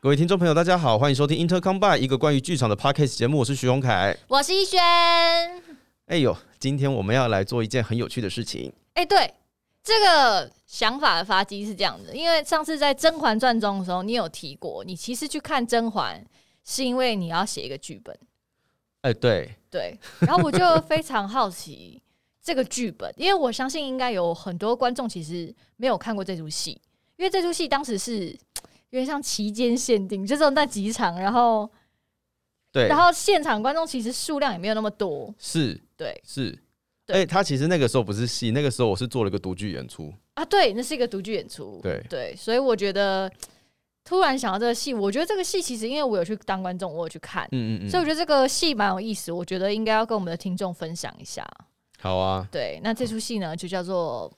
各位听众朋友，大家好，欢迎收听 Inter Combine 一个关于剧场的 podcast 节目，我是徐荣凯。我是逸轩。哎呦，今天我们要来做一件很有趣的事情。哎、对，这个想法的发迹是这样的，因为上次在《甄嬛传》中的时候，你有提过，你其实去看甄嬛是因为你要写一个剧本，哎，对，对。 然后我就非常好奇这个剧本，因为我相信应该有很多观众其实没有看过这出戏，因为这出戏当时是有点像期间限定，就这种在几场，然后对，然后现场观众其实数量也没有那么多，是对是。对哎，他其实那个时候不是戏，那个时候我是做了一个独剧演出。啊，对，那是一个独剧演出，对，对，所以我觉得突然想到这个戏，我觉得这个戏其实因为我有去当观众，我有去看，嗯嗯所以嗯，我觉得这个戏蛮有意思，我觉得应该要跟我们的听众分享一下。好啊。对，那这出戏呢就叫做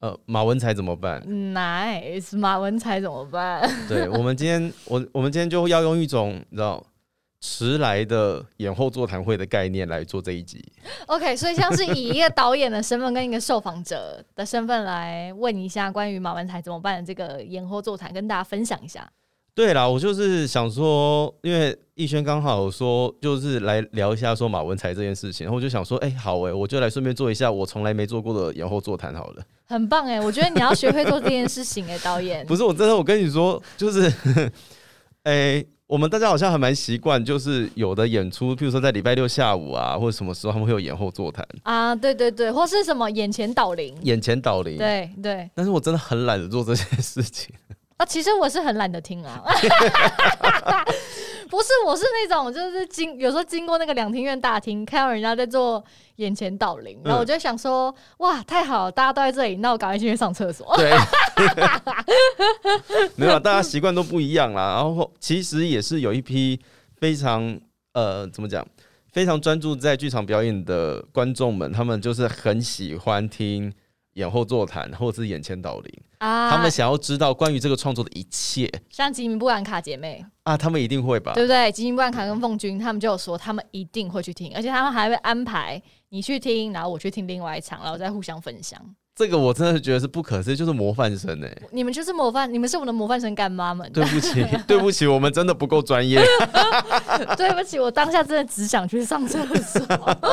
呃，马文才怎么 办？ Nice 马文才怎么办？对我们今天，我我们今天就要用一种你知道迟来的演后座谈会的概念来做这一集。 OK，所以像是以一个导演的身份跟一个受访者的身份来问一下关于马文才怎么办的这个延后座谈，跟大家分享一下。对啦，我就是想说，因为逸轩刚好说就是来聊一下说马文才这件事情，然后我就想说，哎、好哎、我就来顺便做一下我从来没做过的延后座谈好了。很棒哎、我觉得你要学会做这件事情哎、导 演。不是，我真的，我跟你说，就是， 哎、我们大家好像还蛮习惯，就是有的演出，譬如说在礼拜六下午啊，或者什么时候他们会有延后座谈，啊，对对对，或是什么眼前导铃，眼前导铃。对对，但是我真的很懒得做这件事情。啊，其实我是很懒得听啊， 不是，我是那种就是经有时候经过那个两厅院大厅，看到人家在做眼前导铃，嗯然后我就想说，哇，太好了，大家都在这里，那我赶快进去上厕所。 对，没有啦，啊大家习惯都不一样啦。然后其实也是有一批非常呃，怎么讲，非常专注在剧场表演的观众们，他们就是很喜欢听演后座谈或者是眼前导聆，啊，他们想要知道关于这个创作的一切像吉米布兰卡姐妹，啊，他们一定会吧？对不对？吉米布兰卡跟凤君，他们就有说他们一定会去听，而且他们还会安排你去听，然后我去听另外一场，然后再互相分享。这个我真的觉得是不可思议，就是模范生哎、你们就是模范，你们是我的模范生干妈们。对不起， 对不起，我们真的不够专业。 对不起，我当下真的只想去上厕所。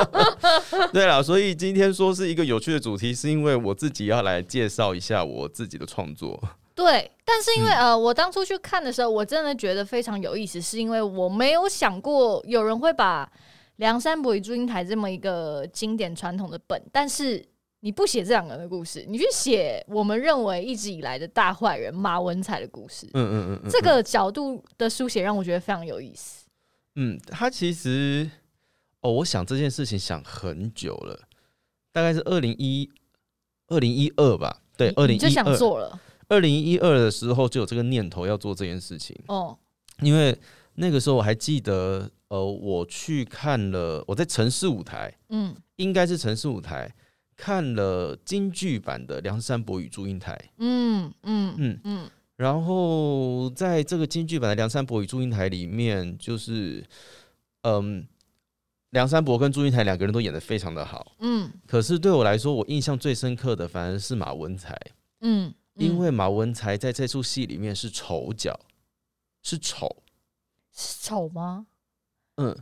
对了，所以今天说是一个有趣的主题，是因为我自己要来介绍一下我自己的创作。对，但是嗯因为、呃，我当初去看的时候，我真的觉得非常有意思，是因为我没有想过有人会把梁山伯与祝英台这么一个经典传统的本，但是你不写这两个人的故事，你去写我们认为一直以来的大坏人马文才的故事，嗯嗯嗯嗯，这个角度的书写让我觉得非常有意思。嗯，他其实哦，我想这件事情想很久了，大概是二零一二零一二吧，对，二你零你就一想二做了二零一二的时候就有这个念头要做这件事情，哦，因为那个时候我还记得，呃，我去看了我在城市舞台，嗯，应该是城市舞台看了京剧版的《梁山伯与祝英台》。嗯嗯嗯嗯，然后在这个京剧版的《梁山伯与祝英台》里面，就是嗯，梁山伯跟祝英台两个人都演得非常的好。嗯可是对我来说，我印象最深刻的反而是马文才，嗯，因为为马文才在这出戏里面是丑角，是丑。是丑吗嗯，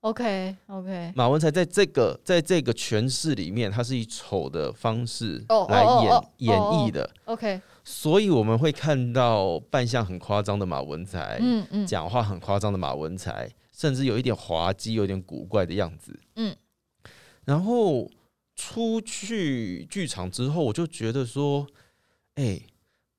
？OK OK，马文才在这个在这个诠释里面，他是以丑的方式哦来哦演哦演哦绎的， OK，所以我们会看到扮相很夸张的马文才，嗯嗯讲话很夸张的马文才，甚至有一点滑稽、有点古怪的样子。嗯，然后出去剧场之后，我就觉得说，哎、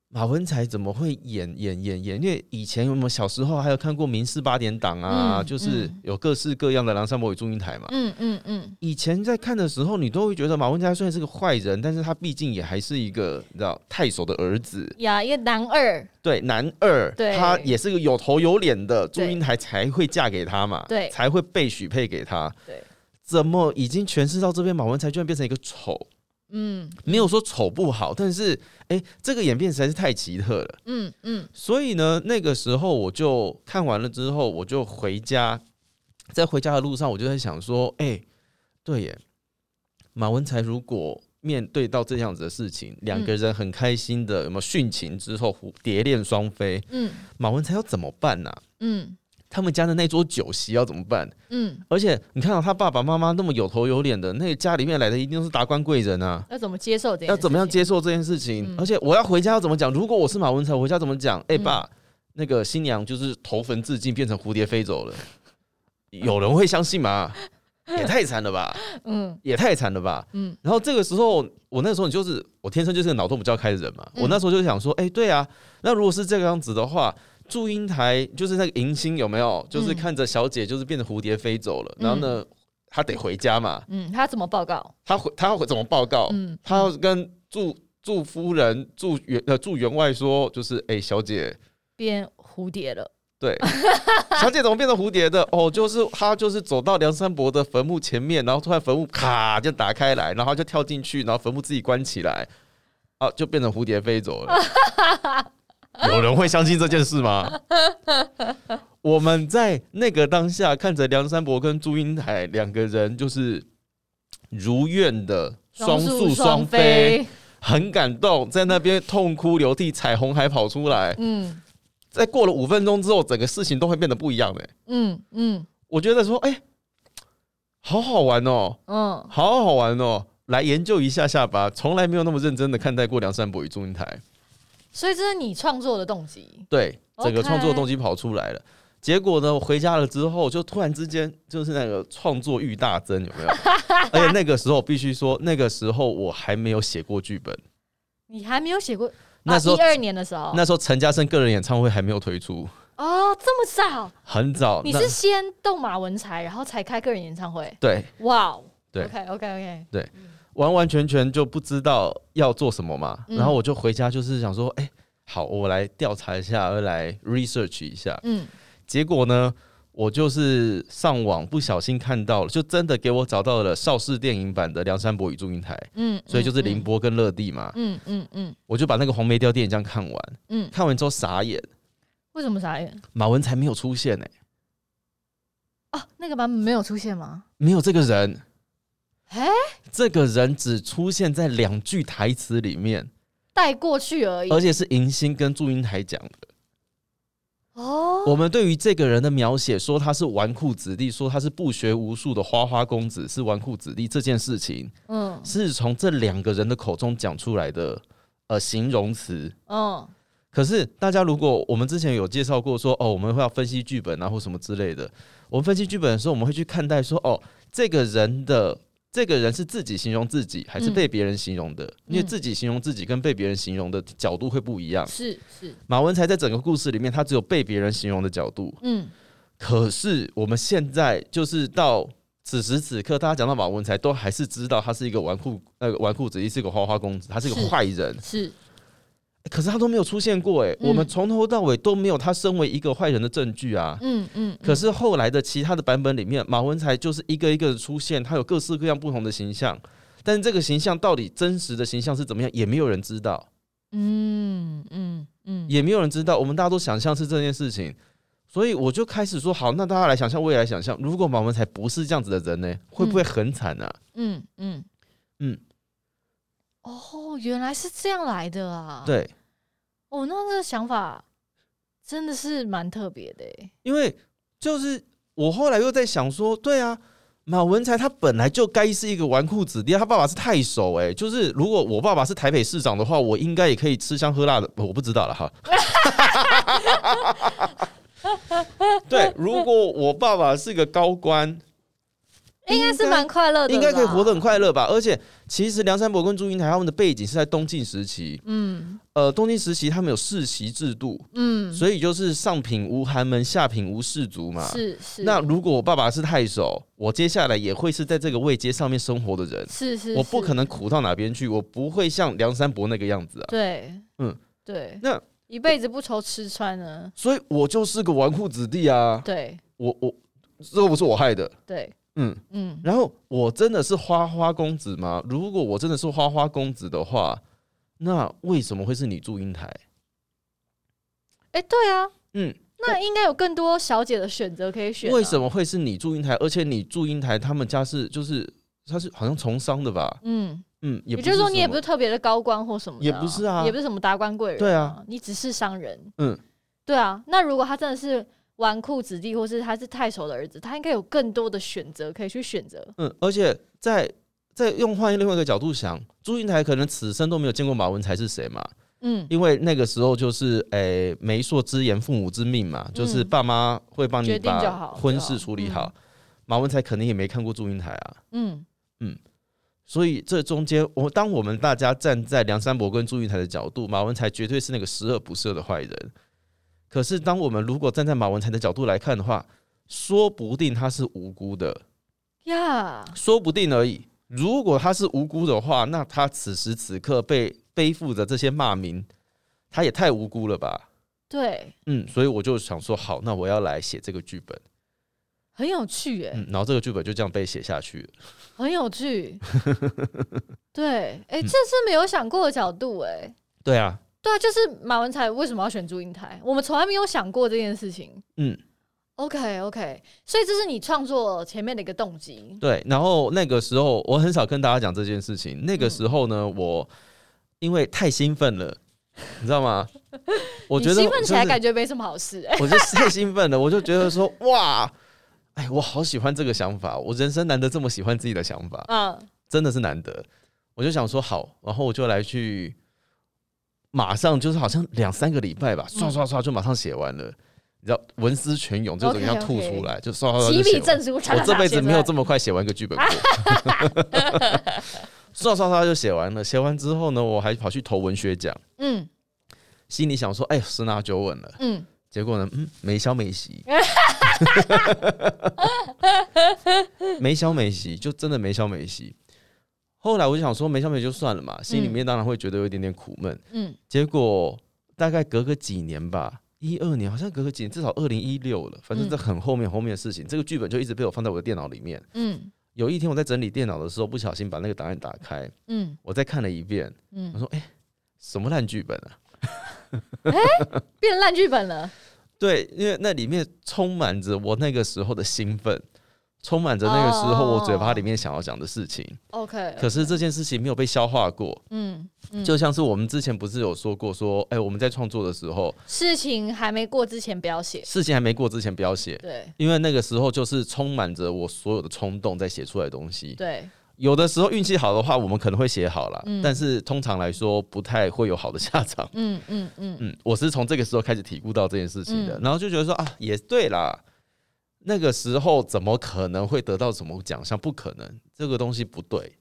马文才怎么会演演演演？因为以前有没有小时候还有看过《民视八点档》啊，嗯就是嗯有各式各样的《梁山伯与祝英台》嘛。嗯嗯嗯，以前在看的时候，你都会觉得马文才虽然是个坏人，但是他毕竟也还是一个你知道太守的儿子，呀，一个男二，对，男二，对他也是个有头有脸的，祝对英台才会嫁给他嘛，对才会被许配给他。对，怎么已经诠释到这边，马文才居然变成一个丑？嗯没有说丑不好，但是哎、诶这个演变实在是太奇特了。嗯嗯所以呢，那个时候我就看完了之后，我就回家，在回家的路上，我就在想说，哎、对耶，马文才如果面对到这样子的事情，两个人很开心的，有没有殉情之后蝴蝶恋双飞？嗯马文才要怎么办呢、嗯他们家的那桌酒席要怎么办？嗯，而且你看到他爸爸妈妈那么有头有脸的，那家里面来的一定都是达官贵人啊，要怎么接受这件要怎么样事情？接受这件事情？嗯而且我要回家要怎么讲？如果我是马文才，我回家怎么讲？哎、爸，那个新娘就是头坟自尽，变成蝴蝶飞走了，有人会相信 吗？也太惨了吧，嗯也太惨了吧。嗯然后这个时候，我那时候你就是我天生就是个脑洞比较开的人嘛，嗯我那时候就想说，哎、对啊，那如果是这个样子的话，祝英台就是那个迎新有没有，就是嗯看着小姐就是变成蝴蝶飞走了，嗯然后呢，她得回家嘛，嗯，他怎么报告？她回她会怎么报告？嗯，她要跟祝祝夫人、祝员呃祝员外说，就是哎、小姐，变蝴蝶了。对， 小姐怎么变成蝴蝶的？哦，就是她就是走到梁山伯的坟墓前面，然后突然坟墓咔就打开来，然后她就跳进去，然后坟墓自己关起来，啊，就变成蝴蝶飞走了。 有人会相信这件事吗？ 我们在那个当下看着梁山伯跟祝英台两个人，就是如愿的双宿双飞，，很感动，在那边痛哭流涕，彩虹还跑出来。嗯在过了五分钟之后，整个事情都会变得不一样的、嗯嗯我觉得说，哎、好好玩哦，嗯，好好玩哦，来研究一下下吧。从来没有那么认真的看待过梁山伯与祝英台，所以这是你创作的动机。对，整个 OK 创作动机跑出来了。结果呢，我回家了之后，就突然之间就是那个创作欲大增，有没 有？而且那个时候必须说，那个时候我还没有写过剧本，你还没有写过，那时候一啊二哦年的时候，那时候陈嘉生个人演唱会还没有推出，哦，这么早，很早。你那是先动马文才，然后才开个人演唱会？对，哇哦，对，OK OK OK，完完全全就不知道要做什么嘛。嗯然后我就回家，就是想说，哎、好，我来调查一下，我来 research 一下。嗯结果呢，我就是上网不小心看到了，就真的给我找到了邵氏电影版的《梁山伯与祝英台》，嗯，所以就是凌，波跟乐蒂嘛。嗯嗯嗯我就把那个黄梅调电影这样看完，嗯，看完之后傻眼，为什么傻眼？马文才没有出现哎、啊，那个版本没有出现吗？没有这个人，哎，这个人只出现在两句台词里面，带过去而已而。且是迎新跟祝英台讲的。哦，我们对于这个人的描写，说他是纨绔子弟，说他是不学无术的花花公子，是纨绔子弟这件事情，嗯是从这两个人的口中讲出来的呃形容词。嗯可是大家如果我们之前有介绍过说哦，我们会要分析剧本啊或什么之类的，我们分析剧本的时候，我们会去看待说哦，这个人的这个人是自己形容自己，还是嗯被别人形容的？因为嗯自己形容自己跟被别人形容的角度会不一样。是是，马文才在整个故事里面，他只有被别人形容的角度。嗯可是我们现在就是到此时此刻，大家讲到马文才，都还是知道他是一个纨绔那个纨绔子弟，是一个花花公子，他是一个是坏人。是，可是他都没有出现过、诶，嗯我们从头到尾都没有他身为一个坏人的证据啊。嗯嗯，可是后来的其他的版本里面，马文才就是一个一个的出现，他有各式各样不同的形象，但是这个形象到底真实的形象是怎么样，也没有人知道。嗯嗯嗯也没有人知道，我们大家都想象是这件事情，所以我就开始说，好，那大家来想象，我也来想象，如果马文才不是这样子的人呢，会不会很惨啊？嗯嗯嗯，哦，原来是这样来的啊。，对，哦，那这个想法真的是蛮特别的欸。因为就是我后来又在想说，对啊，马文才他本来就该是一个纨绔子弟，他爸爸是太守、哎，就是如果我爸爸是台北市长的话，我应该也可以吃香喝辣的，我不知道了 哈。对，如果我爸爸是个高官，应该是蛮快乐的啦，应该可以活得很快乐吧。而且，其实梁山伯跟祝英台他们的背景是在东晋时期，嗯呃，东晋时期他们有世袭制度，嗯，所以就是上品无寒门，下品无士族嘛。是是，那如果我爸爸是太守，我接下来也会是在这个位阶上面生活的人，是是，我不是可能苦到哪边去，我不会像梁山伯那个样子啊。对，嗯对，那一辈子不愁吃穿呢，所以我就是个纨绔子弟啊，对我我这个不是我害的，对，嗯。嗯然后我真的是花花公子吗？如果我真的是花花公子的话，那为什么会是你祝英台？哎、对啊，嗯，那应该有更多小姐的选择可以选、啊。为什么？么会是你祝英台？而且你祝英台他们家是就是他是好像从商的吧？嗯嗯，也也不就是说什你也么不是特别的高官或什么的、也不是啊也不是什么达官贵人、对啊啊，你只是商人，嗯，对啊。那如果他真的是纨绔子弟，或是他是太守的儿子，他应该有更多的选择可以去选择。嗯，而且在在用换另外一个角度想，祝英台可能此生都没有见过马文才是谁嘛，嗯，因为那个时候就是诶、媒妁之言，父母之命嘛，就是嗯爸妈会帮决你定就把好婚对事啊处理嗯好。马文才肯定也没看过祝英台啊，嗯，所以这中间，我当我们大家站在梁山伯跟祝英台的角度，马文才绝对是那个十恶不赦的坏人。可是，当我们如果站在马文才的角度来看的话，说不定他是无辜的，呀、说不定而已。如果他是无辜的话，那他此时此刻被背负着这些骂名，他也太无辜了吧？对，嗯，所以我就想说，好，那我要来写这个剧本。很有趣耶、嗯，然后这个剧本就这样被写下去了。很有 趣。对，哎、这是没有想过的角度、哎。对啊，对啊，就是马文才为什么要选祝英台？我们从来没有想过这件事情。嗯，OK OK，所以这是你创作前面的一个动机。对，然后那个时候我很少跟大家讲这件事情。那嗯个时候呢，我因为太兴奋了，你知道吗？我你觉得兴奋起来就是感觉没什么好事、哎，我就太兴奋了，我就觉得说哇，哎，我好喜欢这个想法，我人生难得这么喜欢自己的想法，嗯，真的是难得。我就想说好，然后我就来去，马上就是好像两三个礼拜吧，嗯刷刷刷就马上写完了。你知道文思泉涌，就整个要吐 OK，OK 出来就刷刷刷就提写笔完证书， 我这辈子没有这么么快写完一个剧本过。 刷刷刷就写完了，写完之后呢，我还跑去投文学奖，嗯心里想说，哎，十拿九稳了。嗯，结果呢，嗯，没消没 息，没消没息，就真的没消没息。后来我就想说，没消没息就算了嘛，心里面当然会觉得有一点点苦闷。嗯，结果大概隔个几年吧，一二年好像隔个几年，至少二零一六了，反正嗯这很后面后面的事情，这个剧本就一直被我放在我的电脑里面。嗯有一天我在整理电脑的时候，不小心把那个档案打开，嗯我再看了一遍，我嗯，说：“哎、什么烂剧本啊变烂剧本了，？”对，因为那里面充满着我那个时候的兴奋，充满着那个时候我嘴巴里面想要讲的事情。 OK，哦可是这件事情没有被消化过，嗯嗯，就像是我们之前不是有说过说，哎、我们在创作的时候，事情还没过之前不要写，事情还没过之前不要写。对因为那个时候就是充满着我所有的冲动在写出来的东西，对，有的时候运气好的话，我们可能会写好了，嗯但是通常来说不太会有好的下场。嗯嗯嗯嗯，我是从这个时候开始体悟到这件事情的，嗯然后就觉得说啊，也对啦，那个时候怎么可能会得到什么奖项？不可能，这个东西不对。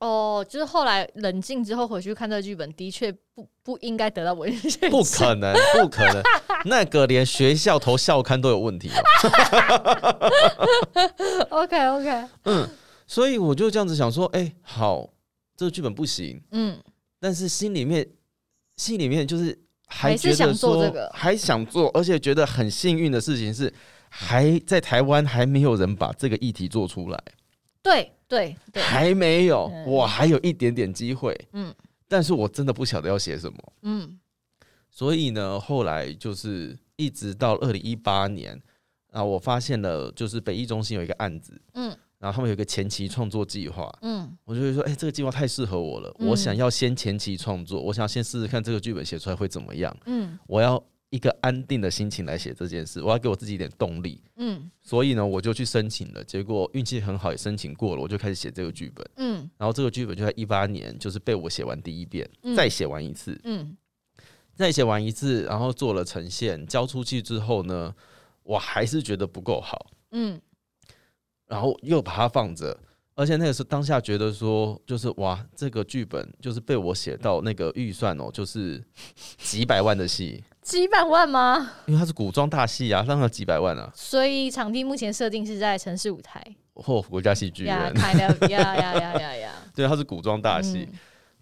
哦，就是后来冷静之后回去看这个剧本，的确不不应该得到 文学不奖可能，不可能！那个连学校投校刊都有问题、哦， OK OK，所以我就这样子想说，哎、好，这个剧本不行，嗯但是心里面，心里面就是还还是觉得想做说这个还想做，而且觉得很幸运的事情是，还在台湾还没有人把这个议题做出来。，对对对，还没有，嗯我还有一点点机会，嗯但是我真的不晓得要写什么，嗯所以呢，后来就是一直到二零一八年啊，我发现了就是北艺中心有一个案子，嗯然后他们有一个前期创作计划，嗯我就会说，哎、这个计划太适合我了，嗯我想要先前期创作，我想要先试试看这个剧本写出来会怎么样，嗯我要一个安定的心情来写这件事，我要给我自己一点动力，嗯所以呢，我就去申请了，结果运气很好，也申请过了，我就开始写这个剧本。嗯然后这个剧本就在一八年，就是被我写完第一遍，嗯再写完一次，嗯再写完一次，然后做了呈现，交出去之后呢，我还是觉得不够好，嗯然后又把它放着。而且那个时候当下觉得说，就是哇，这个剧本就是被我写到那个预算哦，就是几百万的戏， 几百万吗？因为它是古装大戏啊，当然有几百万啊，所以场地目前设定是在城市舞台或哦国家戏剧呀院， ，kind of 呀呀呀呀呀， 对，它是古装 大戏，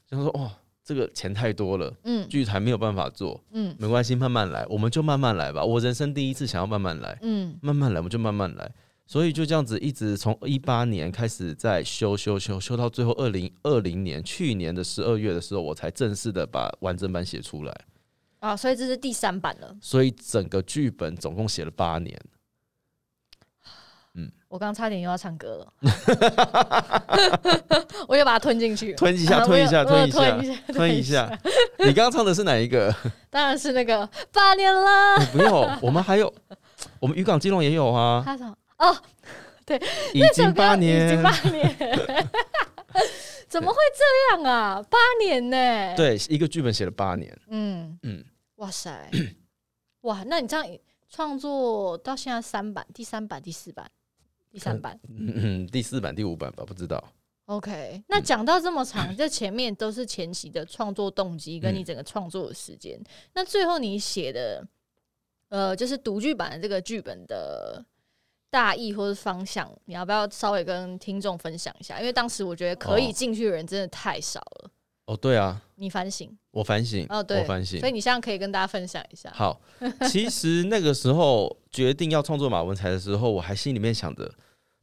就说哇，这个钱太多了，嗯剧团没有办法做，嗯没关系，慢慢来，我们就慢慢来吧。我人生第一次想要慢慢来，嗯慢慢来，我们就慢慢来。所以就这样子，一直从一八年开始在修修修修，到最后二零二零年去年的十二月的时候，我才正式的把完整版写出来。啊，所以这是第三版了， 所以整个剧本总共写了八年，嗯嗯，我刚差点又要唱歌了， 我又把它吞进去了，吞一下啊吞一下我又吞一我下又吞一下，吞一啊下。你刚刚唱的是哪一个？哦当然是那个八年啦，不用，我们还有，我们渔港金融也有 啊，他说哦，已 这首经歌八已年经，八年， 怎么会这样啊？八年呢、，对，一个剧本写了八年，嗯嗯嗯，哇塞，哇，那你这样创作到现在三版，第三版、第四版、第三版。嗯，第四版、第五版吧，不知道。 OK，那嗯讲到这么长，这前面都是前期的创作动机跟嗯你整个创作的时间。那最后你写的，呃，就是独剧版的这个剧本的大意或是方向，你要不要稍微跟听众分享一下？因为当时我觉得可以哦进去的人真的太少了，哦，对啊，你反省我反省，哦，对，我反省所以。你现在可以跟大家分享一下。好，其实那个时候决定要创作马文才的时候，我还心里面想着，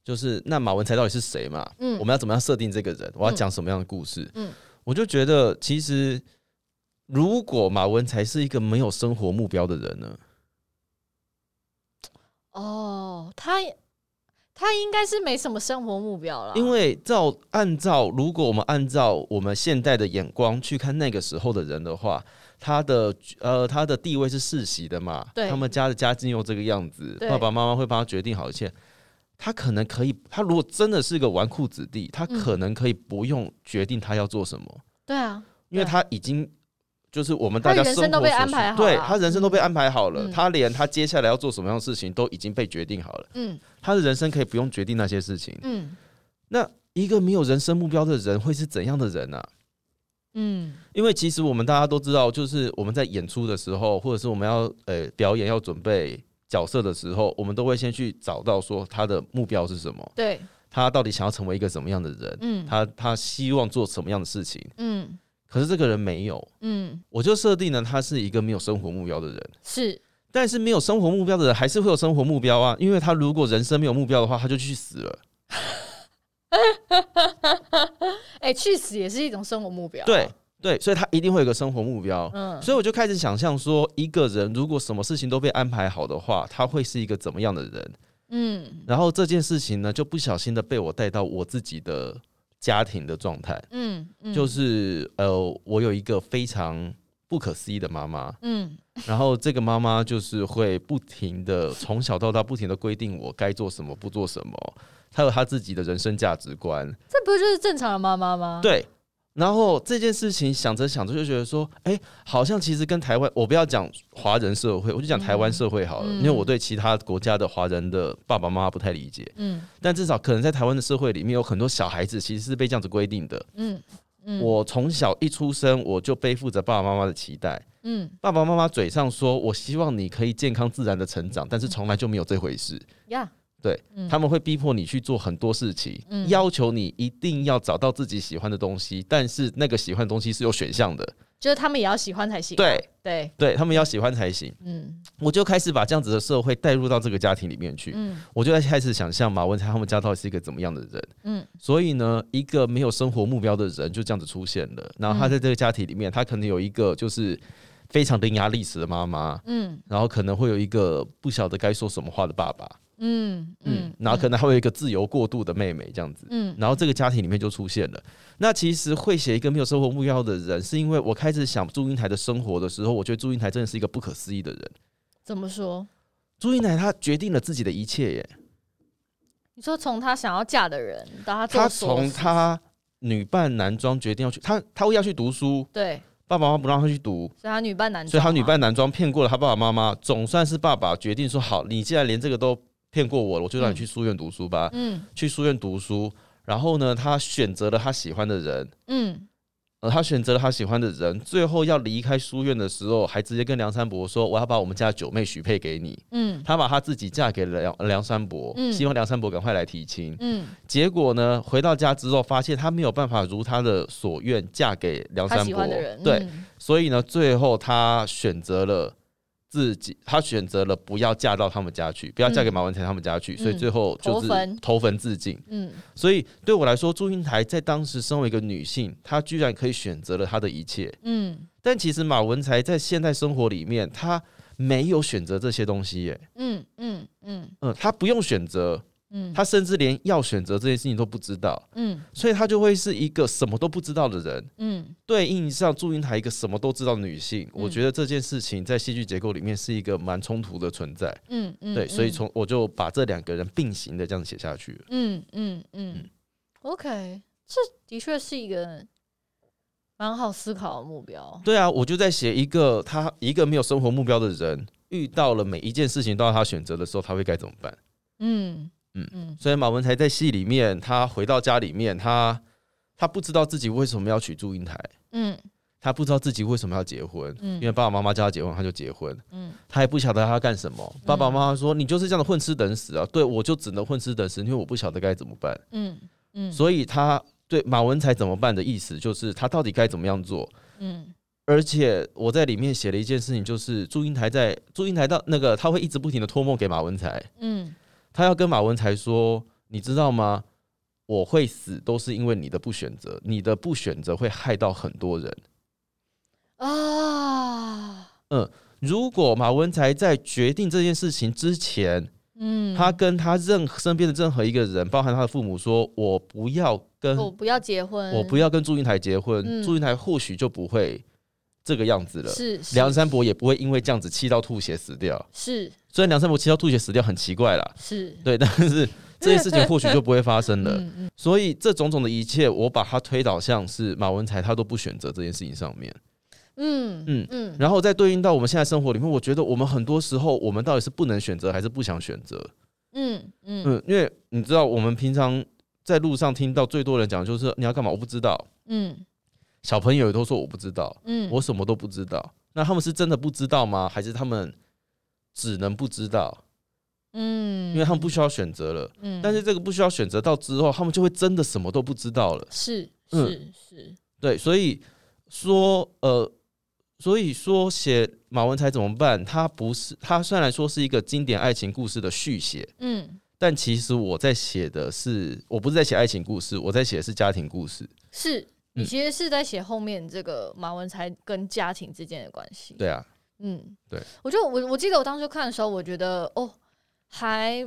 就是那马文才到底是谁嘛？嗯我们要怎么样设定这个人？我要讲什么样的故事？嗯我就觉得其实。如果马文才是一个没有生活目标的人呢？哦，他他应该是没什么生活目标了，因为照按照，如果我们按照我们现代的眼光去看那个时候的人的话，他的呃他的地位是世袭的嘛，对他们家的家境又这个样子，对爸爸妈妈会帮他决定好一切。他可能可以，他如果真的是个纨绔子弟，他嗯可能可以不用决定他要做什么，对啊，因为对他已经就是我们大家他人生生活都被所安需排好对了他人生都被安排好了，嗯他连他接下来要做什么样的事情都已经被决定好了，嗯他的人生可以不用决定那些事情。嗯那一个没有人生目标的人会是怎样的人啊？嗯，因为其实我们大家都知道，就是我们在演出的时候，或者是我们要呃表演要准备角色的时候，我们都会先去找到说他的目标是什么，对，他到底想要成为一个什么样的人，嗯他他希望做什么样的事情。嗯可是这个人没有，嗯我就设定了他是一个没有生活目标的人。是。但是没有生活目标的人还是会有生活目标啊，因为他如果人生没有目标的话，他就去死了。哎、去死也是一种生活目标。啊对，对，所以他一定会有个生活目标。嗯，所以我就开始想象说，一个人如果什么事情都被安排好的话，他会是一个怎么样的人？嗯然后这件事情呢，就不小心的被我带到我自己的家庭的状态，嗯嗯，就是呃，我有一个非常不可思议的妈妈，嗯然后这个妈妈就是会不停的从小到大不停的规定我该做什么，不做什么，她有她自己的人生价值观，这不就是正常的妈妈吗？，对，然后这件事情想着想着就觉得说，哎、好像其实跟台湾，我不要讲华人社会，我就讲台湾社会好了，嗯因为我对其他国家的华人的爸爸妈妈不太理解，嗯但至少可能在台湾的社会里面，有很多小孩子其实是被这样子规定的。嗯嗯，我从小一出生，我就背负着爸爸妈妈的期待。嗯爸爸妈妈嘴上说我希望你可以健康自然的成长，但是从来就没有这回事。呀，对嗯他们会逼迫你去做很多事情，嗯要求你一定要找到自己喜欢的东西，但是那个喜欢的东西是有选项的，就是他们也要喜欢才行。对对，对，他们要喜欢才行。嗯我就开始把这样子的社会带入到这个家庭里面去，嗯我就在开始想象马文才他们家到底是一个怎么样的人。嗯所以呢，一个没有生活目标的人就这样子出现了，然后他在这个家庭里面，他可能有一个就是非常伶牙俐齿的妈妈，嗯然后可能会有一个不晓得该说什么话的爸爸，嗯嗯嗯，，然后可能还会有一个自由过度的妹妹这样子，嗯然后这个家庭里面就出现了。那其实会写一个没有生活目标的人，是因为我开始想祝英台的生活的时候，我觉得祝英台真的是一个不可思议的人。怎么说？祝英台她决定了自己的一切耶，你说从他想要嫁的人到他做她所有从事她女扮男装决定要去，她她要去读书，对，爸爸妈妈不让她去读，所以他女扮男装嘛，所以她女扮男装骗过了她爸爸妈妈，总算是爸爸决定说好，你既然连这个都骗过我了，我就让你去书院读书吧。嗯去书院读书，然后呢，他选择了他喜欢的人，嗯呃，他选择了他喜欢的人，最后要离开书院的时候，还直接跟梁山伯说：“我要把我们家的九妹许配给你。”嗯他把他自己嫁给了梁梁山伯，嗯希望梁山伯赶快来提亲。嗯，结果呢，回到家之后，发现他没有办法如他的所愿嫁给梁他山喜伯欢的人，，对，嗯所以呢，最后他选择了。自己，他选择了不要嫁到他们家去，不要嫁给马文才他们家去，所以嗯最后就是投坟投坟自尽。嗯所以对我来说，祝英台在当时身为一个女性，她居然可以选择了她的一切。嗯但其实马文才在现代生活里面，她没有选择这些东西耶。嗯嗯嗯嗯，她不用选择，嗯他甚至连要选择这件事情都不知道，嗯所以他就会是一个什么都不知道的人。嗯对应上祝英台一个什么都知道的女性，我觉得这件事情在戏剧结构里面是一个蛮冲突的存在。嗯嗯，对，所以嗯从我就把这两个人并行的这样写下去了。嗯嗯嗯嗯，OK，这的确是一个蛮好思考的目标。对啊，我就在写一个他一个没有生活目标的人，遇到了每一件事情都要他选择的时候，他会该怎么办？嗯嗯嗯所以马文才在戏里面，他回到家里面，他他不知道自己为什么要娶祝英台，嗯他不知道自己为什么要结婚，因为嗯爸爸妈妈叫他结婚，他就结婚，嗯他也不晓得他要干什么。爸爸妈妈说：“你就是这样的混吃等死啊！”对我就只能混吃等死，因为我不晓得该怎么办。嗯嗯，所以他对马文才怎么办的意思，就是他到底该怎么样做。嗯而且我在里面写了一件事情，就是祝英台在祝英台到那个，他会一直不停的托梦给马文才，嗯他要跟马文才说：“你知道吗？我会死都是因为你的不选择，你的不选择会害到很多人。”啊，如果马文才在决定这件事情之前，嗯，他跟他任身边的任何一个人，包含他的父母说，我不要跟我哦不要结婚，我不要跟祝英台结婚，嗯祝英台或许就不会这个样子了。是是梁山伯也不会因为这样子气到吐血死掉。是虽然梁山伯气到吐血死掉很奇怪啦，是，对，但是这件事情或许就不会发生 了。嗯嗯所以这种种的一切，我把它推导向是马文才他都不选择这件事情上面。嗯嗯嗯然后再对应到我们现在生活里面，我觉得我们很多时候，我们到底是不能选择还是不想选择？嗯嗯嗯，因为你知道，我们平常在路上听到最多人讲就是你要干嘛，我不知道。嗯小朋友也都说我不知道，嗯，我什么都不知道。那他们是真的不知道吗？还是他们只能不知道？嗯，因为他们不需要选择了。嗯，但是这个不需要选择到之后，他们就会真的什么都不知道了。是嗯是是，对，所以说，呃，所以说写马文才怎么办？他不是他虽然说是一个经典爱情故事的续写，嗯但其实我在写的是，我不是在写爱情故事，我在写的是家庭故事。是。你嗯其实是在写后面这个马文才跟家庭之间的关系，对啊，嗯，对，我就我我记得我当时看的时候，我觉得哦，还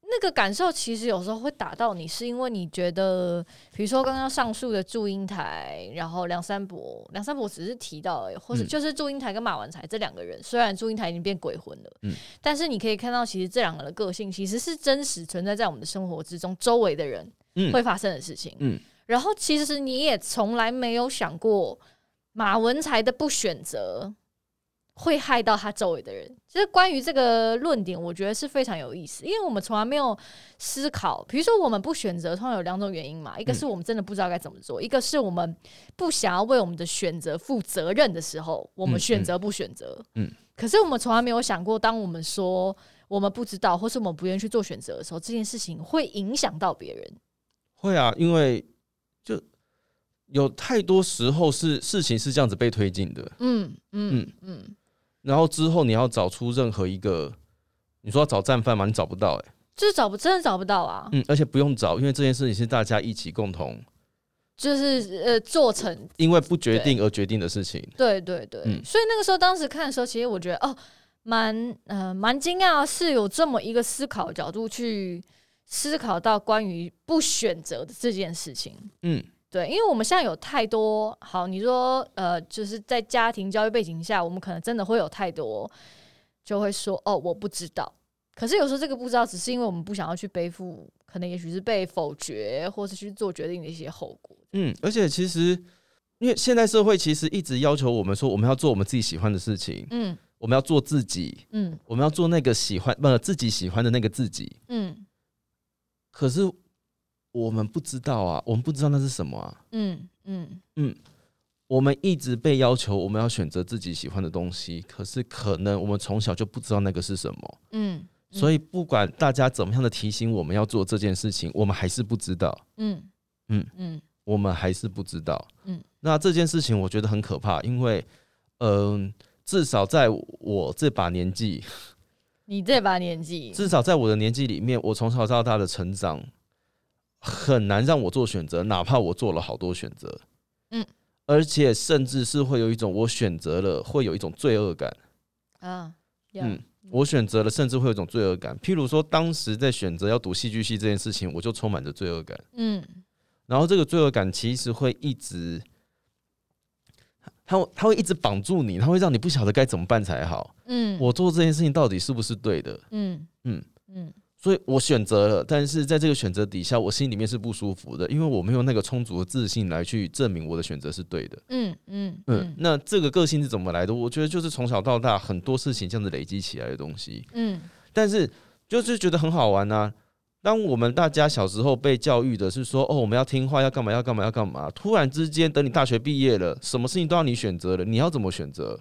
那个感受其实有时候会打到你，是因为你觉得，比如说刚刚上述的祝英台，然后梁山伯，梁山伯只是提到而已，或者嗯就是祝英台跟马文才这两个人，虽然祝英台已经变鬼魂了，嗯但是你可以看到，其实这两个人的个性其实是真实存在在我们的生活之中，周围的人嗯会发生的事情，嗯然后其实你也从来没有想过马文才的不选择会害到他周围的人。其实关于这个论点，我觉得是非常有意思，因为我们从来没有思考，比如说我们不选择，通常有两种原因嗯嘛，一个是我们真的不知道该怎么做，一个是我们不想要为我们的选择负责任的时候，我们嗯选择不选择。嗯可是我们从来没有想过，当我们说我们不知道，或是我们不愿意去做选择的时候，这件事情会影响到别人。会啊，因为就有太多时候是事情是这样子被推进的，嗯嗯嗯嗯，然后之后你要找出任何一个，你说要找战犯嘛，你找不到哎、就是找不真的找不到啊，嗯，而且不用找，因为这件事情是大家一起共同，就是呃做成因为不决定而决定的事情，对对对，嗯所以那个时候当时看的时候，其实我觉得哦，蛮呃蛮惊讶，是有这么一个思考角度去思考到关于不选择的这件事情。嗯对，因为我们现在有太多好，你说呃，就是在家庭教育背景下，我们可能真的会有太多就会说哦，我不知道。可是有时候这个不知道，只是因为我们不想要去背负，可能也许是被否决，或是去做决定的一些后果。嗯，而且其实。因为现代社会其实一直要求我们说，我们要做我们自己喜欢的事情，嗯我们要做自己，嗯我们要做那个喜欢呃自己喜欢的那个自己。嗯可是我们不知道啊，我们不知道那是什么啊。嗯嗯我们一直被要求我们要选择自己喜欢的东西，可是可能我们从小就不知道那个是什么，嗯嗯所以不管大家怎么样的提醒我们要做这件事情，我们还是不知道，嗯嗯嗯我们还是不知道。嗯，那这件事情我觉得很可怕，因为嗯、至少在我这把年纪，你这把年纪，至少在我的年纪里面，我从小到大的成长很难让我做选择，哪怕我做了好多选择，嗯，而且嗯甚至是会有一种我选择了会有一种罪恶感，啊，嗯，我选择了，甚至会有一种罪恶感。譬如说，当时在选择要读戏剧系这件事情，我就充满着罪恶感。嗯然后这个罪恶感其实会一直，它会它会一直绑住你，它会让你不晓得该怎么办才好。嗯，我做这件事情到底是不是对的？嗯嗯嗯所以我选择了，但是在这个选择底下，我心里面是不舒服的，因为我没有那个充足的自信来去证明我的选择是对的。嗯嗯嗯，嗯那这个个性是怎么来的？我觉得就是从小到大很多事情这样子累积起来的东西。嗯但是就是觉得很好玩呐、当我们大家小时候被教育的是说，哦，我们要听话，要干嘛，要干嘛，要干嘛。突然之间，等你大学毕业了，什么事情都要你选择了，你要怎么选择？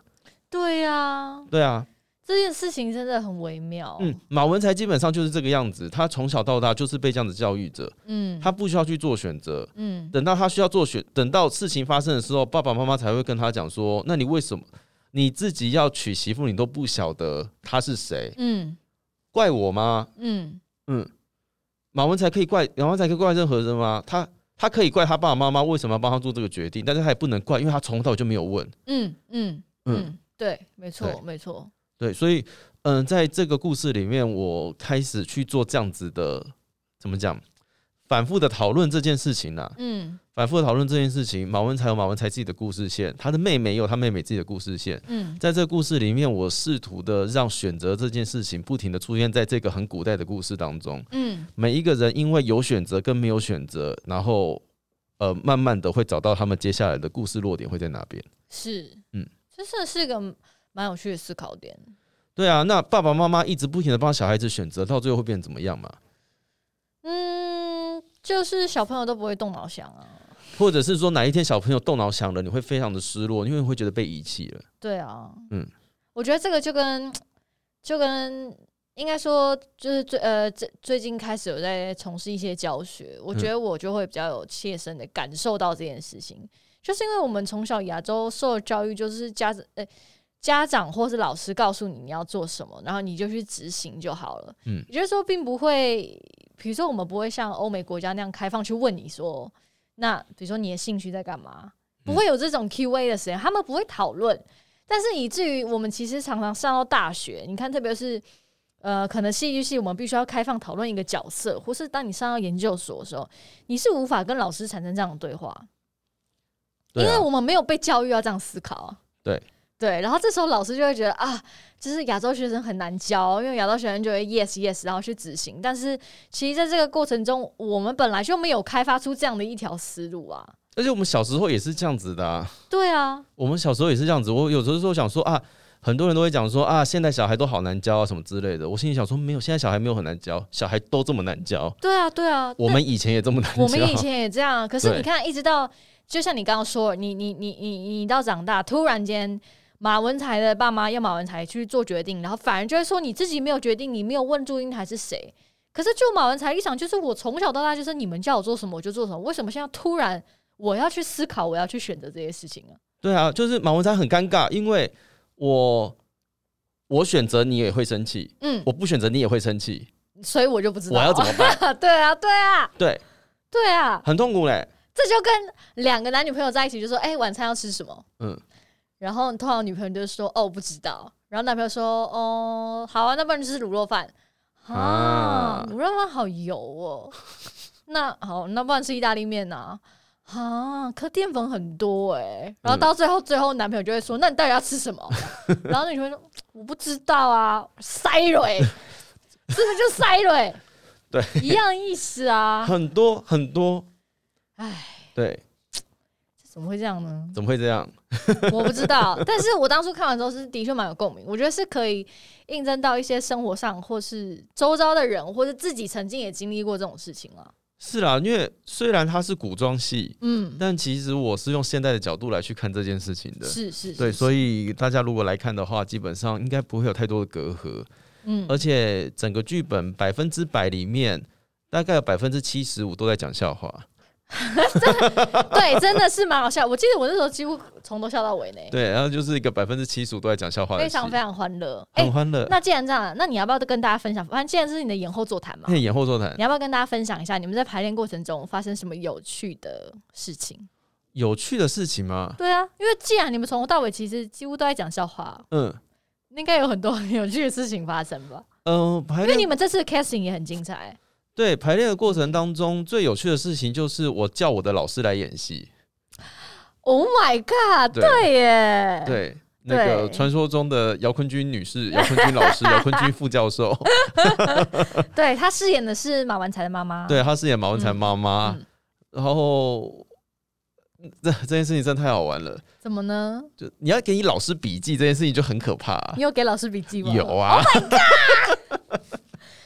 对呀、对啊，这件事情真的很微哦妙。嗯，马文才基本上就是这个样子，他从小到大就是被这样子教育着，嗯，他不需要去做选择。嗯等到他需要做选，等到事情发生的时候，爸爸妈妈才会跟他讲说：“那你为什么你自己要娶媳妇，你都不晓得她是谁？嗯怪我吗？嗯嗯，马文才可以怪马文才可以怪任何人吗？他他可以怪他爸爸妈妈为什么要帮他做这个决定，但是他也不能怪，因为他从头到尾就没有问。嗯嗯嗯对，没对错，没错。对，所以嗯，在这个故事里面，我开始去做这样子的，怎么讲？反复的讨论这件事情啊，嗯反复的讨论这件事情。马文才有马文才自己的故事线，他的妹妹也有他妹妹自己的故事线。嗯在这个故事里面，我试图的让选择这件事情不停的出现在这个很古代的故事当中。嗯每一个人因为有选择跟没有选择，然后呃，慢慢的会找到他们接下来的故事落点会在哪边。是，嗯，这是是个蛮有趣的思考点。对啊，那爸爸妈妈一直不停的帮小孩子选择，到最后会变成怎么样嘛？嗯，就是小朋友都不会动脑想啊，或者是说哪一天小朋友动脑想了，你会非常的失落，因为会觉得被遗弃了。对啊，嗯，我觉得这个就跟就跟应该说就是最呃最最近开始有在从事一些教学，我嗯觉得我就会比较有切身的感受到这件事情，就是因为我们从小亚洲受的教育就是家长呃。家长或是老师告诉你你要做什么，然后你就去执行就好了。嗯也就是说，并不会，比如说我们不会像欧美国家那样开放去问你说，那比如说你的兴趣在干嘛，嗯不会有这种 Q&A 的时间，他们不会讨论。但是以至于我们其实常常上到大学，你看，特别是呃，可能戏剧系我们必须要开放讨论一个角色，或是当你上到研究所的时候，你是无法跟老师产生这样的对话，对因为啊，我们没有被教育要这样思考啊。对对，然后这时候老师就会觉得啊，就是亚洲学生很难教，因为亚洲学生就会 yes yes，然后去执行。但是其实在这个过程中，我们本来就没有开发出这样的一条思路啊。而且我们小时候也是这样子的、啊，对啊，我们小时候也是这样子。我有时候想说啊。很多人都会讲说啊，现在小孩都好难教啊，什么之类的。我心里想说，没有，现在小孩没有很难教，小孩都这么难教，对啊，对啊。我们以前也这么难教。 我们以前也这样，可是对你看，一直到就像你刚刚说，你你你你你到长大，突然间马文才的爸妈要马文才去做决定，然后反而就会说你自己没有决定，你没有问祝英台是谁。可是就马文才立场，就是我从小到大就是你们叫我做什么我就做什么，为什么现在突然我要去思考，我要去选择这些事情啊？对啊，就是马文才很尴尬，因为我我选择你也会生气，嗯，我不选择你也会生气，所以我就不知道我要怎么办？ 么 对啊，对啊，对，对啊，很痛苦嘞。这就跟两个男女朋友在一起，就说：“哎、晚餐要吃什么？”嗯，然后通常女朋友就说：“哦，我不知道。”然后男朋友说：“哦，好啊，那不然就是卤肉饭啊啊，卤肉饭好油哦。那好，那不然吃意大利面呐、啊？啊，可淀粉很多哎、然嗯后到最后，最后男朋友就会说：‘那你到底要吃什么？’ 然后女朋友说：‘我不知道啊，塞蕊， 是不是就塞蕊？’对，一样意思 啊。很多很多，哎，对，怎么会这样呢？怎么会这样？ 我不知道，但是我当初看完之后是的确蛮有共鸣，我觉得是可以印证到一些生活上，或是周遭的人，或是自己曾经也经历过这种事情了。是啦，因为虽然它是古装戏，嗯，但其实我是用现代的角度来去看这件事情的。是是，对， 所以以大家如果来看的话，基本上应该不会有太多的隔阂，嗯而且整个剧本百分之百里面，大概有百分之七十五都在讲笑话。对，真的是蛮好笑。我记得我那时候几乎从头笑到尾呢，对，然后就是一个百分之七十五都在讲笑话的非戏，常非常欢乐。哎、很欢乐。那既然这样，那你要不要跟大家分享？反正既然是你的演后座谈嘛那，演后座谈你要不要跟大家分享一下你们在排练过程中发生什么有趣的事情？有趣的事情吗？对啊，因为既然你们从头到尾其实几乎都在讲笑话，嗯，你应该有很多 很有趣的事情发生吧？嗯，排因为练你们这次的 casting 也很精彩，对排练的过程当中，最有趣的事情就是我叫我的老师来演戏。 Oh my god！对对耶，对，那个对传说中的姚坤君女士、姚坤君老师、姚坤君副教授， 对他饰演的是马文才的妈妈。对她饰演马文才妈妈。嗯然后嗯这这件事情真的太好玩了，怎么呢？就你要给你老师笔记这件事情就很可怕、你，Oh 有给老师笔记吗？有，啊，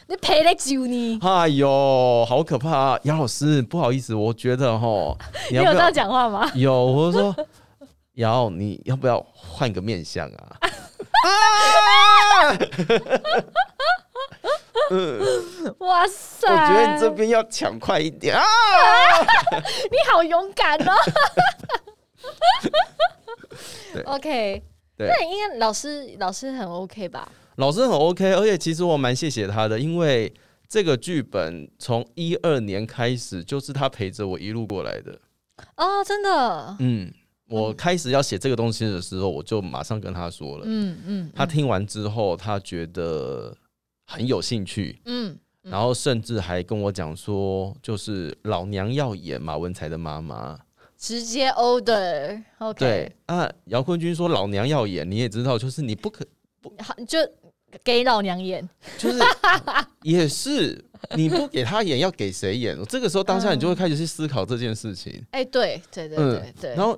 你赔了九你， 哎呦，好可怕、啊！姚老师，不好意思，我觉得 哈，你你要不有这要样讲 话吗？有，我就说瑶，你要不要换个面相 啊？啊！嗯，我哇塞！觉得你这边要抢快一点 啊！你好勇敢哦 对。 OK，对那应该老师老师很 OK 吧？老师很 OK，而且其实我蛮谢谢他的，因为这个剧本从一二年开始就是他陪着我一路过来的。哦，真的，嗯，我开始要写这个东西的时候，我就马上跟他说了。嗯嗯，他听完之后，他觉得很有兴趣，嗯，然后甚至还跟我讲说，就是老娘要演马文才的妈妈。直接 order OK，对啊，姚坤君说老娘要演，你也知道，就是你不可，好就给老娘演， 就是也是你不给他演，要给谁演？这个时候当下你就会开始去思考这件事情。哎、对对对嗯对对，然后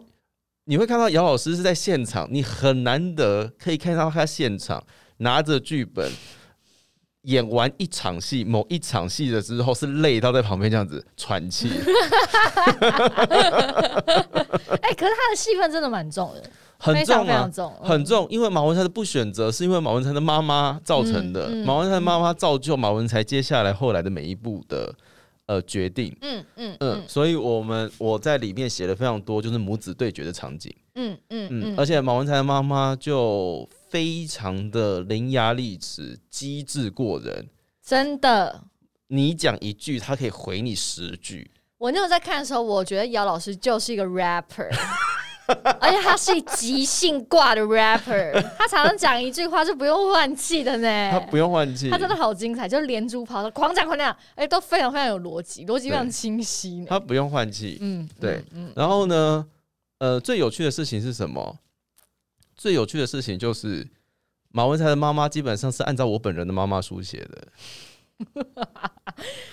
你会看到姚老师是在现场，你很难得可以看到他现场拿着剧本演完一场戏，某一场戏了之后是累到在旁边这样子喘 气。哎、可是他的戏份真的蛮重的，很非常重非啊常，重，嗯很重，因为马文才的不选择是因为马文才的妈妈造成的，嗯嗯马文才的妈妈造就马文才接下来后来的每一步的呃决定。嗯嗯嗯，嗯所以我们我在里面写了非常多就是母子对决的场景，嗯嗯嗯，嗯而且马文才的妈妈就非常的伶牙俐齿、机智过人，真的。你讲一句，她可以回你十句。我那时候在看的时候，我觉得姚老师就是一个 rapper，而且他是即兴挂的 rapper，他常常讲一句话就不用换气的呢。她不用换气，他哎真的好精彩，就连珠炮，狂讲狂讲，哎、都非常非常有逻辑，逻辑非常对清晰呢。她不用换气，嗯，对嗯，嗯然后呢，呃，最有趣的事情是什么？最有趣的事情就是马文才的妈妈基本上是按照我本人的妈妈书写的，嗯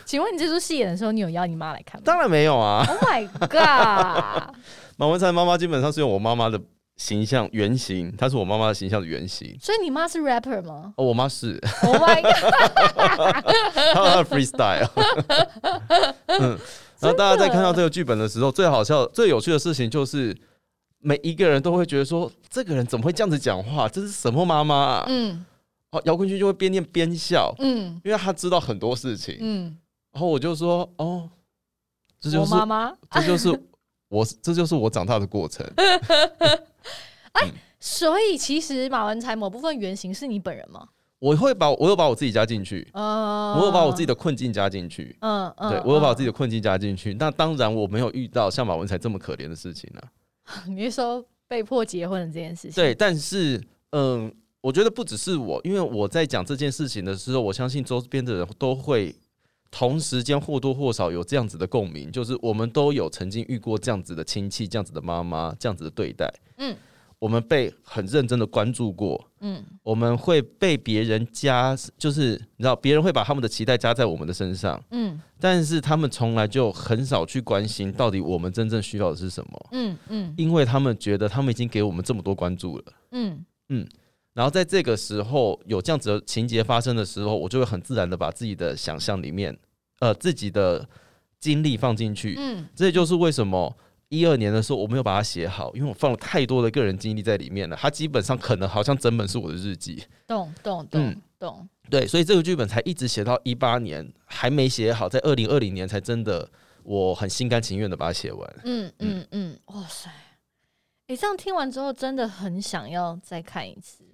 请问你这出戏演的时候，你有邀你妈来看吗当然没有啊。 ？Oh my god！ 马文才的妈妈基本上是用我妈妈的形象原型，她是我妈妈的形象的原型。所以你妈是 rapper 吗哦，我妈是， ？Oh my god！她有她的 freestyle。嗯，然后大家在看到这个剧本的时候，最好笑、最有趣的事情就是，每一个人都会觉得说，这个人怎么会这样子讲话？这是什么妈妈、啊？嗯哦，姚坤君就会边念边笑，嗯因为他知道很多事情。嗯，然后我就说，哦，这就我是妈妈。这就是我这就是我长大的过 程。所以其实马文才某部分原型是你本人吗？我会把我有把我自己加进去，呃，我有把我自己的困境加进去。嗯嗯，对，我有把我自己己的困境加进去。那当然，我没有遇到像马文才这么可怜的事情啊。你是说被迫结婚的这件事情？对，但是，嗯，我觉得不只是我，因为我在讲这件事情的时候，我相信周边的人都会同时间或多或少有这样子的共鸣，就是我们都有曾经遇过这样子的亲戚、这样子的妈妈、这样子的对待。嗯，我们被很认真的关注过，嗯，我们会被别人加，就是你知道，别人会把他们的期待加在我们的身上，嗯但是他们从来就很少去关心到底我们真正需要的是什么，嗯嗯因为他们觉得他们已经给我们这么多关注了。嗯，然后在这个时候有这样子的情节发生的时候，我就会很自然的把自己的想象里面，呃，自己的经历放进去。嗯，这也就是为什么一二年的时候我没有把它写好，因为我放了太多的个人经历在里面了。它基本上可能好像整本是我的日记。懂懂嗯懂懂，对，所以这个剧本才一直写到一八年还没写好，在二零二零年才真的我很心甘情愿的把它写完。嗯嗯嗯，哇塞！哎，这样听完之后，真的很想要再看一次。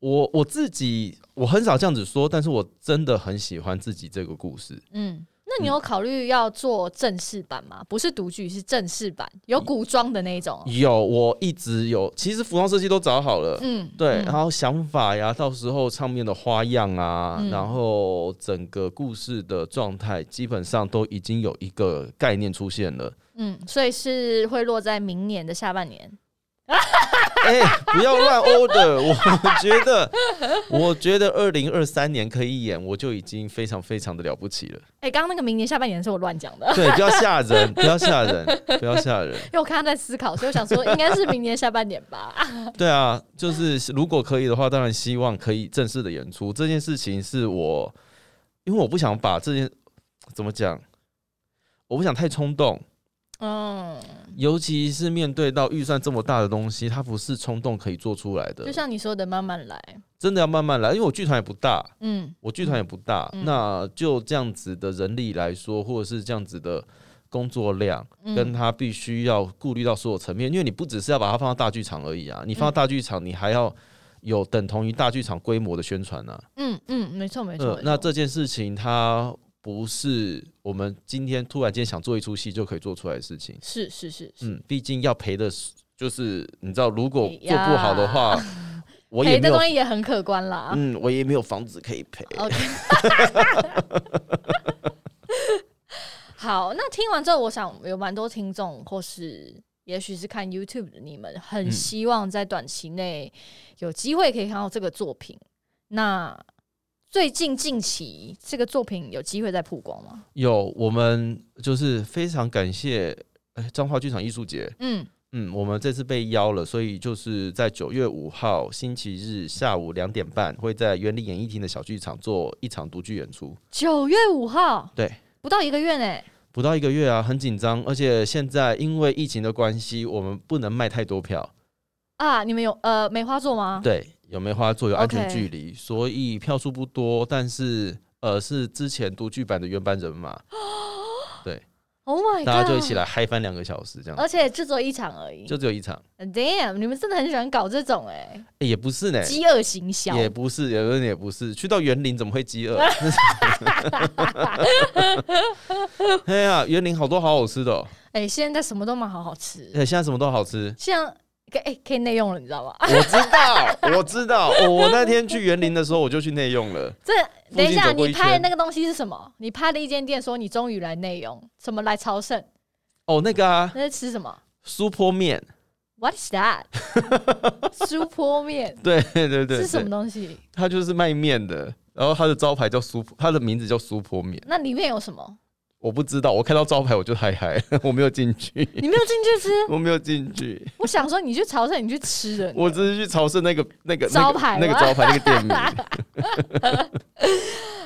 我我自己我很少这样子说，但是我真的很喜欢自己这个故事。嗯，那你有考虑要做正式版吗？不是独剧，是正式版，有古装的那一种哦。有，我一直有，其实服装设计都找好了。嗯，对，嗯然后想法呀，到时候唱片的花样啊，嗯然后整个故事的状态，基本上都已经有一个概念出现了。 嗯，所以是会落在明年的下半年。哎、不要乱 order，我 觉得，我觉得二零二三年可以演，我就已经非常非常的了不起了。哎、刚刚那个明年下半年是我乱讲的，对，不要吓人，不要吓人，不要吓人。因为我看他在思考，所以我想说应该是明年下半年吧。啊对啊，就是如果可以的话，当然希望可以正式的演出这件事情，是我因为我不想把这件怎么讲，我不想太冲动， 嗯，尤其是面对到预算这么大的东西，它不是冲动可以做出来的就，像你说的，慢慢来。真的要慢慢来。因为我剧团也不大，嗯我剧团也不大，嗯那就这样子的人力来说，或者是这样子的工作量，嗯跟他必须要顾虑到所有层面，因为你不只是要把它放到大剧场而已啊，你嗯放到大剧场，你还要有等同于大剧场规模的宣传啊。呃嗯嗯，没错没错、没那错这件事情它不是我们今天突然间想做一出戏就可以做出来的事情。是是是是，嗯，毕竟要赔的是，就是你知道，如果哎做呀不好的 话，我也赔没的有东，西也哦很可观啦。嗯，我也没有房子可以赔。 OK，好，那听完之后，我想有蛮多听众，或是也许是看 YouTube 的你们，很嗯希望在短期内有机会可以看到这个作品。那最近近期这个作品有机会再曝光吗？有，我们就是非常感谢哎彰化剧场艺术节，嗯，嗯，我们这次被邀了，所以就是在九月五号星期日下午两点半，会在园林演艺厅的小剧场做一场独剧演出。九月五号，对，不到一个月呢、不到一个月啊，很紧张，而且现在因为疫情的关系，我们不能卖太多票。啊，你们有呃梅花座吗？对，有梅花座有安全 OK 距离所以票数不多，但是呃是之前独剧版的原班人马， ，Oh my god，大家就一起来嗨翻两个小时这样，而且就只有一场而已。就只有一场。 Damn，你们真的很喜欢搞这种哎、哎也不是呢，饥饿行销。也不是，有人也不是，去到园林怎么会饥饿？ 哎呀，园林好多好好吃的、哦，哎、现在什么都蛮好好吃，。哎，现在什么都好吃像可哎、可以内用了，你知道吗？我知道，我知道，我我那天去园林的时候我就去内用了，这等一下，走过你一拍的圈那个东西是什么？你拍的一间店说你终于来内用，什么来朝圣？哦，那个啊，那是吃什么苏坡面， ？What is that？苏坡面对对对对，是什么东西？它就是卖面的，然后它的招牌叫苏坡，它的名字叫苏坡面，那里面有什么？我不知道，我看到招牌我就嗨嗨， 我没有进去，你没有进去吃？我没有进去。我想说你去朝圣，你去吃的。我只是去朝圣那个那个那个招牌那吗个招牌那个店名，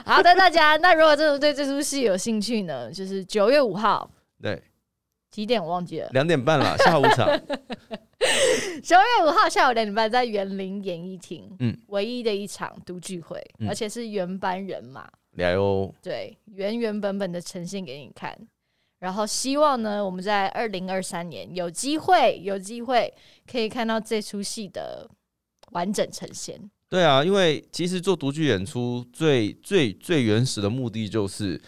好的，大家，那如果真的对这出戏有兴趣呢，就是九月五号对，几点我忘记了。两点半啦，下午场。 九月五号下午两点半在园林演艺厅，嗯唯一的一场独聚会，嗯而且是原班人马，来哦，对，原原本本的呈现给你看。然后希望呢，我们在二零二三年有机会，有机会可以看到这出戏的完整呈现。对啊，因为其实做独剧演出最最最原始的目的就是，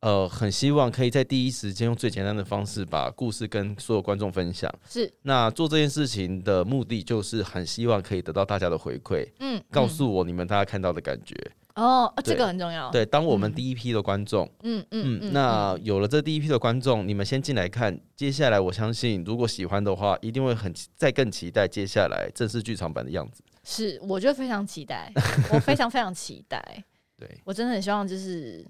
呃，很希望可以在第一时间用最简单的方式把故事跟所有观众分享。是，那做这件事情的目的就是很希望可以得到大家的回馈，嗯，告诉我你们大家看到的感觉。嗯哦，啊这对个很重要。，对，当我们第一批的观众，嗯嗯嗯，那有了这第一批的观众，你们先进来看，接下来我相信如果喜欢的话，一定会很期再更期待接下来正式剧场版的样子。是，我就非常 期待，我非常非常期待。对，我真的很希望，就是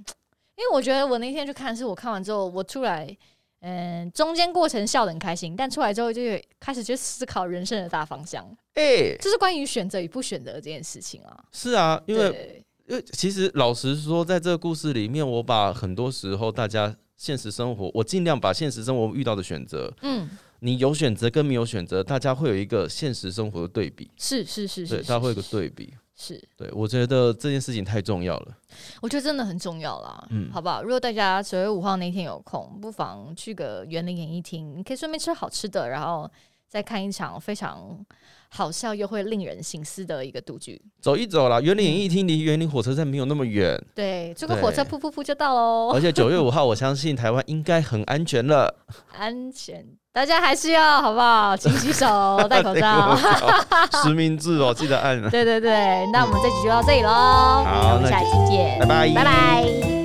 因为我觉得我那天去看，是我看完之后，我出来，嗯，中间过程笑得很开心，但出来之后就有开始去思考人生的大方向，哎、就是关于选择与不选择这件事情啊。是啊，因为对因为其实老实说，在这个故事里面，我把很多时候大家现实生活，我尽量把现实生活遇到的选择，嗯，你有选择跟没有选择，大家会有一个现实生活的对比，是是是是，对，是大家会有一个对比。是，对，我觉得这件事情太重要了。我觉得真的很重要啦，嗯好不好？如果大家九月五号那天有空，不妨去个园林演艺厅，你可以顺便吃好吃的，然后在看一场非常好笑又会令人醒思的一个独剧。走一走啦，园林演艺厅离园林火车站没有那么远，对，坐个火车对噗噗噗就到喽，而且九月五号，我相信台湾应该很安全了。安全，大家还是要好不好？勤洗手，哦戴 口罩。实名制哦，记得按。对对对，那我们这集就到这里喽，好我们那下就期见，拜拜拜拜。